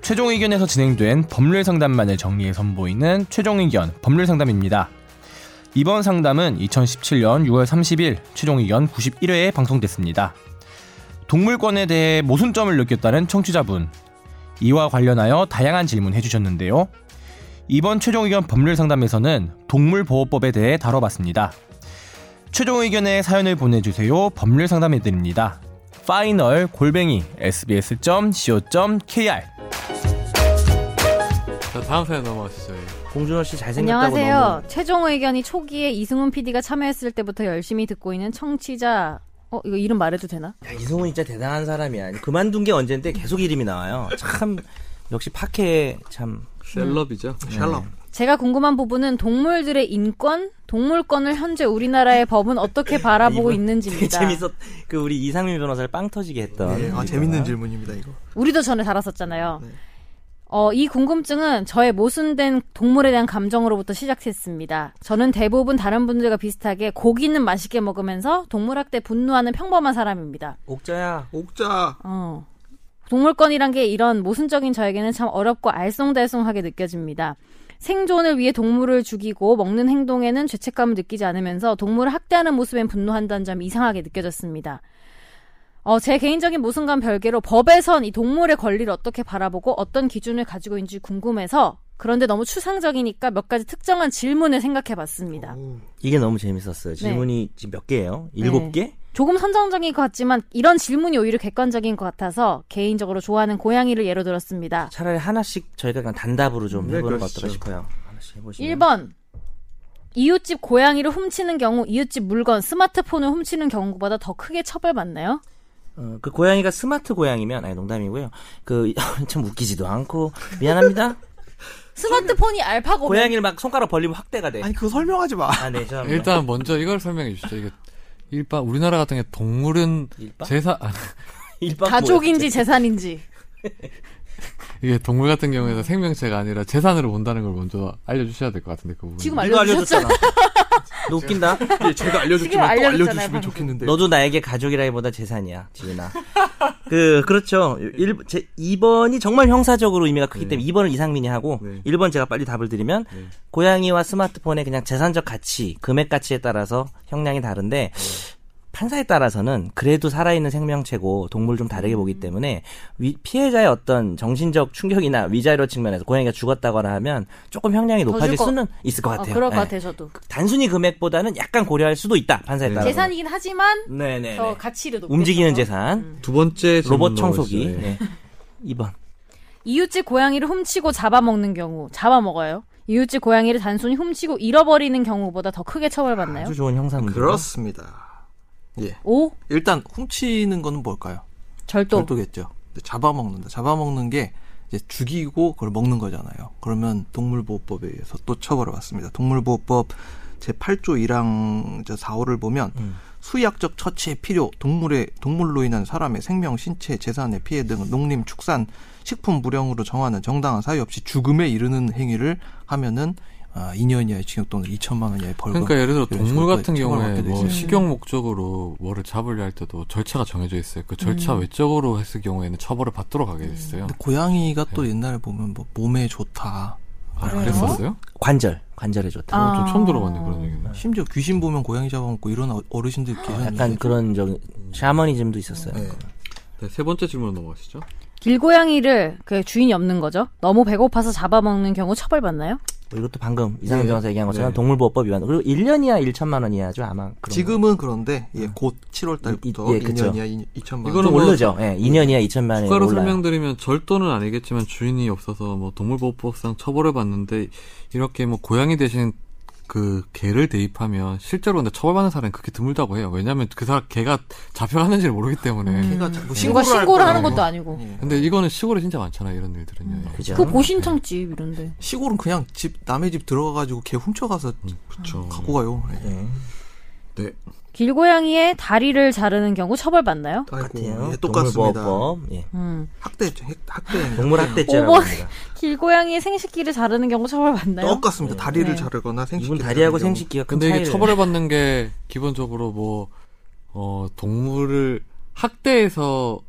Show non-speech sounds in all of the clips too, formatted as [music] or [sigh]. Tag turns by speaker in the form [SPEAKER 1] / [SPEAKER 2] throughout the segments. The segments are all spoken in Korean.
[SPEAKER 1] 최종 의견에서 진행된 법률 상담만을 정리해 선보이는 최종 의견 법률 상담입니다. 이번 상담은 2017년 6월 30일 최종 의견 91회에 방송됐습니다. 동물권에 대해 모순점을 느꼈다는 청취자분 이와 관련하여 다양한 질문 해주셨는데요. 이번 최종 의견 법률 상담에서는 동물보호법에 대해 다뤄봤습니다. 최종 의견의 사연을 보내주세요. 법률 상담해드립니다. 파이널 골뱅이 sbs.co.kr
[SPEAKER 2] 자, 다음 사연 넘어가시죠. 예.
[SPEAKER 3] 공준호 씨 잘생겼다고
[SPEAKER 4] 안녕하세요. 최종 의견이 초기에 이승훈 PD가 참여했을 때부터 열심히 듣고 있는 청취자. 어 이거 이름 말해도 되나?
[SPEAKER 3] 너무. 야, 이승훈 진짜 대단한 사람이야. 그만둔 게 언젠데 계속 이름이 나와요. 참 역시 파케 참
[SPEAKER 5] 음.
[SPEAKER 2] 셀럽이죠.
[SPEAKER 5] 네.
[SPEAKER 3] 샬롬.
[SPEAKER 4] 제가 궁금한 부분은 동물들의 인권, 동물권을 현재 우리나라의 법은 어떻게
[SPEAKER 3] [laughs]
[SPEAKER 4] 바라보고
[SPEAKER 3] 되게
[SPEAKER 4] 있는지입니다.
[SPEAKER 3] 재밌었. 그 우리 이상민 변호사를 빵 터지게 했던.
[SPEAKER 5] 예, 아,
[SPEAKER 3] 우리가.
[SPEAKER 5] 재밌는 질문입니다, 이거.
[SPEAKER 4] 우리도 전에 다뤘었잖아요.
[SPEAKER 5] 네.
[SPEAKER 4] 어, 이 궁금증은 저의 모순된 동물에 대한 감정으로부터 시작했습니다. 저는 대부분 다른 분들과 비슷하게 고기는 맛있게 먹으면서 동물학대 분노하는 평범한 사람입니다.
[SPEAKER 3] 옥자야.
[SPEAKER 5] 옥자.
[SPEAKER 4] 어. 동물권이란 게 이런 모순적인 저에게는 참 어렵고 알쏭달쏭하게 느껴집니다. 생존을 위해 동물을 죽이고 먹는 행동에는 죄책감을 느끼지 않으면서 동물을 학대하는 모습엔 분노한다는 점이 이상하게 느껴졌습니다. 어, 제 개인적인 모순감 별개로 법에선 이 동물의 권리를 어떻게 바라보고 어떤 기준을 가지고 있는지 궁금해서 그런데 너무 추상적이니까 몇 가지 특정한 질문을 생각해 봤습니다.
[SPEAKER 3] 이게 너무 재밌었어요.
[SPEAKER 4] 네.
[SPEAKER 3] 질문이 지금 몇 개예요? 일곱 개?
[SPEAKER 4] 조금 선정적인 것 같지만 이런 질문이 오히려 객관적인 것 같아서 개인적으로 좋아하는 고양이를 예로 들었습니다.
[SPEAKER 3] 차라리 하나씩 저희가 그냥 단답으로 좀
[SPEAKER 5] 네,
[SPEAKER 3] 해보는 거
[SPEAKER 5] 그러시죠.
[SPEAKER 3] 어떨까 싶어요. 하나씩 해보시면.
[SPEAKER 4] 1번 이웃집 고양이를 훔치는 경우 이웃집 물건 스마트폰을 훔치는 경우보다 더 크게 처벌받나요?
[SPEAKER 3] 어, 그 고양이가 스마트 고양이면 아니 농담이고요. 그 [laughs] 참 웃기지도 않고
[SPEAKER 4] [laughs] 어,
[SPEAKER 3] 미안합니다.
[SPEAKER 4] 네. 스마트폰이 알파고
[SPEAKER 3] 고양이를 막 손가락 벌리면 확대가 돼.
[SPEAKER 5] 아니, 그거 설명하지 마.
[SPEAKER 3] 아, 네, 죄송합니다.
[SPEAKER 2] 일단 먼저 이걸 설명해 주시죠. 이게 일반 우리나라 같은 게 동물은
[SPEAKER 3] 일반?
[SPEAKER 2] 제사 아,
[SPEAKER 3] [laughs] 일반
[SPEAKER 4] 가족인지 재산인지
[SPEAKER 2] 이게 동물 같은 경우에는 생명체가 아니라 재산으로 본다는 걸 먼저 알려주셔야 될 것 같은데 그 부분.
[SPEAKER 4] 지금
[SPEAKER 3] 뭐야? 이거
[SPEAKER 4] 알려주셨잖아.
[SPEAKER 3] 알려줬잖아. 너 [laughs] 웃긴다.
[SPEAKER 5] 예, 제가
[SPEAKER 4] 지금
[SPEAKER 5] 알려줬지만 또
[SPEAKER 4] 알려줬잖아요,
[SPEAKER 5] 알려주시면
[SPEAKER 4] 방금.
[SPEAKER 5] 좋겠는데.
[SPEAKER 3] 너도 나에게 가족이라기보다 재산이야, 지윤아. 그 그렇죠. 일, 제 2번이 정말 형사적으로 의미가 크기 때문에 2번은 이상민이 하고
[SPEAKER 2] 네.
[SPEAKER 3] 1번 제가 빨리 답을 드리면 고양이와 스마트폰의 그냥 재산적 가치, 금액 가치에 따라서 형량이 다른데 판사에 따라서는 그래도 살아있는 생명체고 동물 좀 다르게 보기 때문에 위- 피해자의 어떤 정신적 충격이나 위자료 측면에서 고양이가 죽었다거나 하면 조금 형량이
[SPEAKER 4] 더
[SPEAKER 3] 높아질
[SPEAKER 4] 줄 거-
[SPEAKER 3] 수는 있을 것
[SPEAKER 4] 어,
[SPEAKER 3] 같아요.
[SPEAKER 4] 그럴 것
[SPEAKER 3] 예.
[SPEAKER 4] 같아요 저도.
[SPEAKER 3] 단순히 금액보다는 약간 고려할 수도 있다 판사에 따라.
[SPEAKER 4] 재산이긴 하지만
[SPEAKER 3] 네네.
[SPEAKER 4] 더 음. 가치를 높게
[SPEAKER 3] 움직이는
[SPEAKER 4] 줘서.
[SPEAKER 3] 재산,
[SPEAKER 2] 두 번째 질문
[SPEAKER 3] 로봇
[SPEAKER 2] 넘어가시죠.
[SPEAKER 3] 청소기.
[SPEAKER 2] 예.
[SPEAKER 3] 네. 2번.
[SPEAKER 4] 이웃집 고양이를 훔치고 잡아먹는 경우 잡아먹어요. 이웃집 고양이를 단순히 훔치고 잃어버리는 경우보다 더 크게 처벌받나요?
[SPEAKER 3] 아주 좋은
[SPEAKER 5] 음.
[SPEAKER 3] 형사문.
[SPEAKER 5] 그렇습니다. 예.
[SPEAKER 4] 오
[SPEAKER 5] 일단, 훔치는 거는 뭘까요?
[SPEAKER 4] 절도.
[SPEAKER 5] 절도겠죠. 근데 잡아먹는다. 잡아먹는 게 이제 죽이고 그걸 먹는 거잖아요. 그러면 동물보호법에 의해서 또 처벌을 받습니다. 동물보호법 제8조 1항 저 4호를 보면
[SPEAKER 2] 음.
[SPEAKER 5] 수의학적 처치의 필요, 동물의 동물로 인한 사람의 생명, 신체, 재산의 피해 등 농림, 축산, 식품 불량으로 정하는 정당한 사유 없이 죽음에 이르는 행위를 하면은 아, 2년 이하의 징역 또는 2천만 원 이하의 벌금.
[SPEAKER 2] 그러니까 예를 들어
[SPEAKER 5] 이런
[SPEAKER 2] 동물
[SPEAKER 5] 식으로
[SPEAKER 2] 같은 경우에
[SPEAKER 5] 처벌받게 돼
[SPEAKER 2] 뭐
[SPEAKER 5] 있어요.
[SPEAKER 2] 식용 목적으로 뭐를 잡으려 할 때도 절차가 정해져 있어요. 그 절차 외적으로 했을 경우에는 처벌을 받도록 하게 됐어요.
[SPEAKER 5] 근데 고양이가 또
[SPEAKER 2] 네.
[SPEAKER 5] 옛날에 보면 뭐 몸에 좋다.
[SPEAKER 2] 아, 그랬었어요?
[SPEAKER 3] 관절. 관절에 좋다.
[SPEAKER 4] 아.
[SPEAKER 2] 좀 처음 들어봤네 그런 얘기는.
[SPEAKER 5] 심지어 귀신 보면 고양이 잡아먹고 이런 어- 어르신들 계셨는데
[SPEAKER 3] 약간 그런 저 샤머니즘도 있었어요.
[SPEAKER 5] 네.
[SPEAKER 2] 네, 세 번째 질문 넘어가시죠.
[SPEAKER 4] 길고양이를 그 주인이 없는 거죠. 너무 배고파서 잡아먹는 경우 처벌받나요?
[SPEAKER 3] 뭐 이것도 방금 이상민
[SPEAKER 5] 네.
[SPEAKER 3] 변호사 얘기한 것처럼
[SPEAKER 2] 네.
[SPEAKER 3] 동물보호법 위반. 그리고 1년 이하 1천만 원 이하죠 아마. 그런 네.
[SPEAKER 5] 지금은 그런데 예, 곧 7월 달부터
[SPEAKER 3] 이- 예,
[SPEAKER 5] 2년
[SPEAKER 3] 그쵸.
[SPEAKER 5] 이하 2천만 원.
[SPEAKER 3] 거.
[SPEAKER 2] 이거는
[SPEAKER 3] 좀
[SPEAKER 2] 뭐
[SPEAKER 3] 오르죠. 예, 2년 이하 2천만 원이
[SPEAKER 2] 추가로
[SPEAKER 3] 올라요.
[SPEAKER 2] 설명드리면 절도는 아니겠지만 주인이 없어서 뭐 동물보호법상 처벌을 받는데 이렇게 뭐 고양이 대신 그 개를 대입하면 실제로 근데 처벌받는 사람이 그렇게 드물다고 해요. 왜냐하면 그 사람 개가 잡혀갔는지를 모르기 때문에.
[SPEAKER 5] 걔가
[SPEAKER 3] 뭐
[SPEAKER 5] 음, 자꾸
[SPEAKER 4] 누가
[SPEAKER 5] 신고를,
[SPEAKER 4] 신고를 하는 것도
[SPEAKER 5] 거라고.
[SPEAKER 3] 네.
[SPEAKER 4] 아니고.
[SPEAKER 5] 예.
[SPEAKER 2] 근데 이거는 시골에 진짜 많잖아 이런 일들은요.
[SPEAKER 3] 음, 그죠.
[SPEAKER 4] 그 고신청집 이런데.
[SPEAKER 5] 시골은 그냥 집 남의 집 들어가가지고 걔 훔쳐가서
[SPEAKER 3] 음,
[SPEAKER 2] 그렇죠.
[SPEAKER 5] 갖고 가요. 예.
[SPEAKER 2] 네.
[SPEAKER 4] 길고양이의 다리를 자르는 경우 처벌받나요?
[SPEAKER 3] 같아요.
[SPEAKER 5] 예, 똑같습니다.
[SPEAKER 3] 동물보호법. 예.
[SPEAKER 4] 음.
[SPEAKER 5] 학대 핵- 학대
[SPEAKER 3] 동물 학대죄라고
[SPEAKER 4] 오버-
[SPEAKER 3] 합니다.
[SPEAKER 4] [laughs] 길고양이의 생식기를 자르는 경우 처벌받나요?
[SPEAKER 5] 똑같습니다. 다리를
[SPEAKER 4] 네.
[SPEAKER 5] 자르거나 생식
[SPEAKER 3] 이분 다리하고 생식기가 큰
[SPEAKER 2] 근데 이게
[SPEAKER 3] 차이를.
[SPEAKER 2] 처벌을 받는 게 기본적으로 뭐 어 동물을 학대해서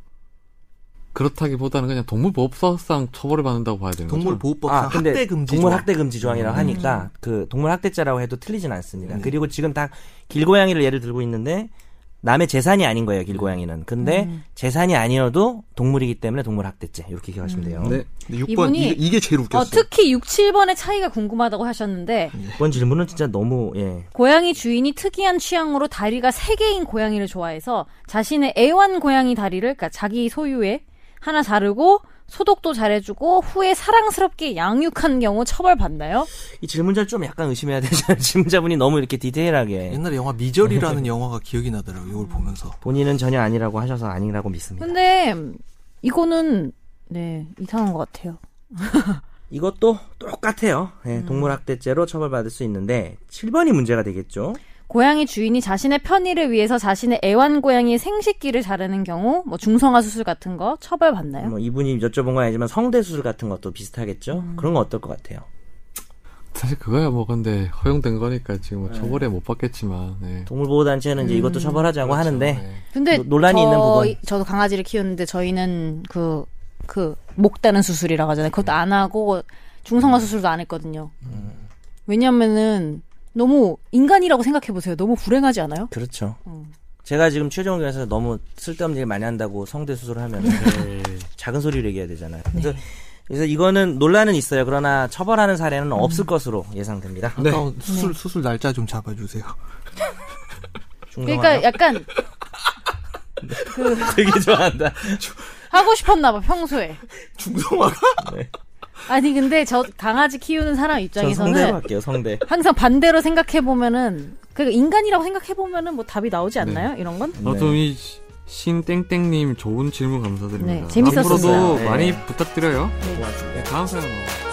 [SPEAKER 2] 그렇다기보다는 그냥 동물보호법상 처벌을 받는다고 봐야 되는 거죠.
[SPEAKER 5] 동물보호법상 학대 금지
[SPEAKER 3] 아, 동물
[SPEAKER 5] 조항. 음.
[SPEAKER 3] 학대 금지 조항이라고 하니까 그 동물 학대죄라고 해도 틀리진 않습니다. 그리고 지금 다 길고양이를 예를 들고 있는데 남의 재산이 아닌 거예요, 길고양이는. 근데
[SPEAKER 5] 음.
[SPEAKER 3] 재산이 아니어도 동물이기 때문에 동물 학대죄 이렇게
[SPEAKER 5] 음.
[SPEAKER 3] 기억하시면 돼요.
[SPEAKER 2] 네.
[SPEAKER 5] 근데 6번
[SPEAKER 4] 이분이-
[SPEAKER 5] 이게, 이게 제일
[SPEAKER 4] 어,
[SPEAKER 5] 웃겼어요. 예.
[SPEAKER 4] 특히 6, 7번의 차이가 궁금하다고 하셨는데
[SPEAKER 3] 이번 질문은 진짜 너무 예.
[SPEAKER 4] 고양이 주인이 특이한 취향으로 다리가 세 개인 고양이를 좋아해서 자신의 애완 고양이 다리를 그러니까 자기 소유의 하나 자르고 소독도 잘해주고 후에 사랑스럽게 양육한 경우 처벌받나요?
[SPEAKER 3] 이 질문자 좀 약간 의심해야 되잖아요. [laughs] 질문자분이 너무 이렇게 디테일하게
[SPEAKER 5] 옛날에 영화
[SPEAKER 3] 네.
[SPEAKER 5] 미절이라는 영화가 기억이 나더라고요. 이걸 보면서.
[SPEAKER 3] 본인은 전혀 아니라고 하셔서 아니라고 믿습니다.
[SPEAKER 4] 근데 이거는 네 이상한 것 같아요.
[SPEAKER 3] 이것도 똑같아요. 예,
[SPEAKER 5] 음.
[SPEAKER 3] 동물학대죄로 처벌받을 수 있는데 7번이 문제가 되겠죠.
[SPEAKER 4] 고양이 주인이 자신의 편의를 위해서 자신의 애완 고양이의 생식기를 자르는 경우 뭐 중성화 수술 같은 거 처벌받나요?
[SPEAKER 3] 뭐 이분이 여쭤본 건 아니지만 성대 수술 같은 것도 비슷하겠죠.
[SPEAKER 4] 음.
[SPEAKER 3] 그런 건 어떨 것 같아요.
[SPEAKER 2] 사실 그거야 뭐 근데 허용된 거니까 지금 뭐 처벌에 못 받겠지만. 네.
[SPEAKER 3] 동물보호단체는 이제
[SPEAKER 4] 음.
[SPEAKER 3] 이것도 처벌하자고 하는데
[SPEAKER 2] 네.
[SPEAKER 4] 근데
[SPEAKER 3] 노- 논란이
[SPEAKER 4] 저,
[SPEAKER 3] 있는 부분.
[SPEAKER 4] 저도 강아지를 키우는데 저희는 그, 그, 목다는 수술이라고 하잖아요. 그것도 안 하고
[SPEAKER 3] 음.
[SPEAKER 4] 중성화 수술도 안 했거든요. 왜냐면은 너무 인간이라고 생각해보세요. 너무 불행하지 않아요?
[SPEAKER 3] 그렇죠.
[SPEAKER 4] 음.
[SPEAKER 3] 제가 지금 최종 의견에서 너무 쓸데없는 일 많이 한다고 성대 수술을 하면 [laughs] 작은 소리로 얘기해야 되잖아요.
[SPEAKER 4] 네.
[SPEAKER 3] 그래서, 그래서 이거는 논란은 있어요. 그러나 처벌하는 사례는
[SPEAKER 4] 음.
[SPEAKER 3] 없을 것으로 예상됩니다. 어,
[SPEAKER 5] 아까
[SPEAKER 4] 네.
[SPEAKER 5] 수술 수술 날짜 좀 잡아 주세요.
[SPEAKER 3] 중성화
[SPEAKER 4] 그러니까 약간
[SPEAKER 3] [laughs] 되게 좋아한다.
[SPEAKER 4] 하고 싶었나봐, 평소에.
[SPEAKER 5] 중성화가
[SPEAKER 4] 아니, 근데 저 강아지 키우는 사람
[SPEAKER 3] 전 성대로
[SPEAKER 4] 입장에서는
[SPEAKER 3] 할게요. 성대.
[SPEAKER 4] 항상 반대로 생각해보면은 그러니까 인간이라고 생각해보면은 뭐 답이 나오지 않나요? 이런 건?
[SPEAKER 2] 아무튼 어, 이 시- 신땡땡님 좋은 질문 감사드립니다.
[SPEAKER 4] 네, 재밌었습니다.
[SPEAKER 2] 앞으로도
[SPEAKER 3] 네.
[SPEAKER 2] 많이 부탁드려요. 다음 사연. 뭐.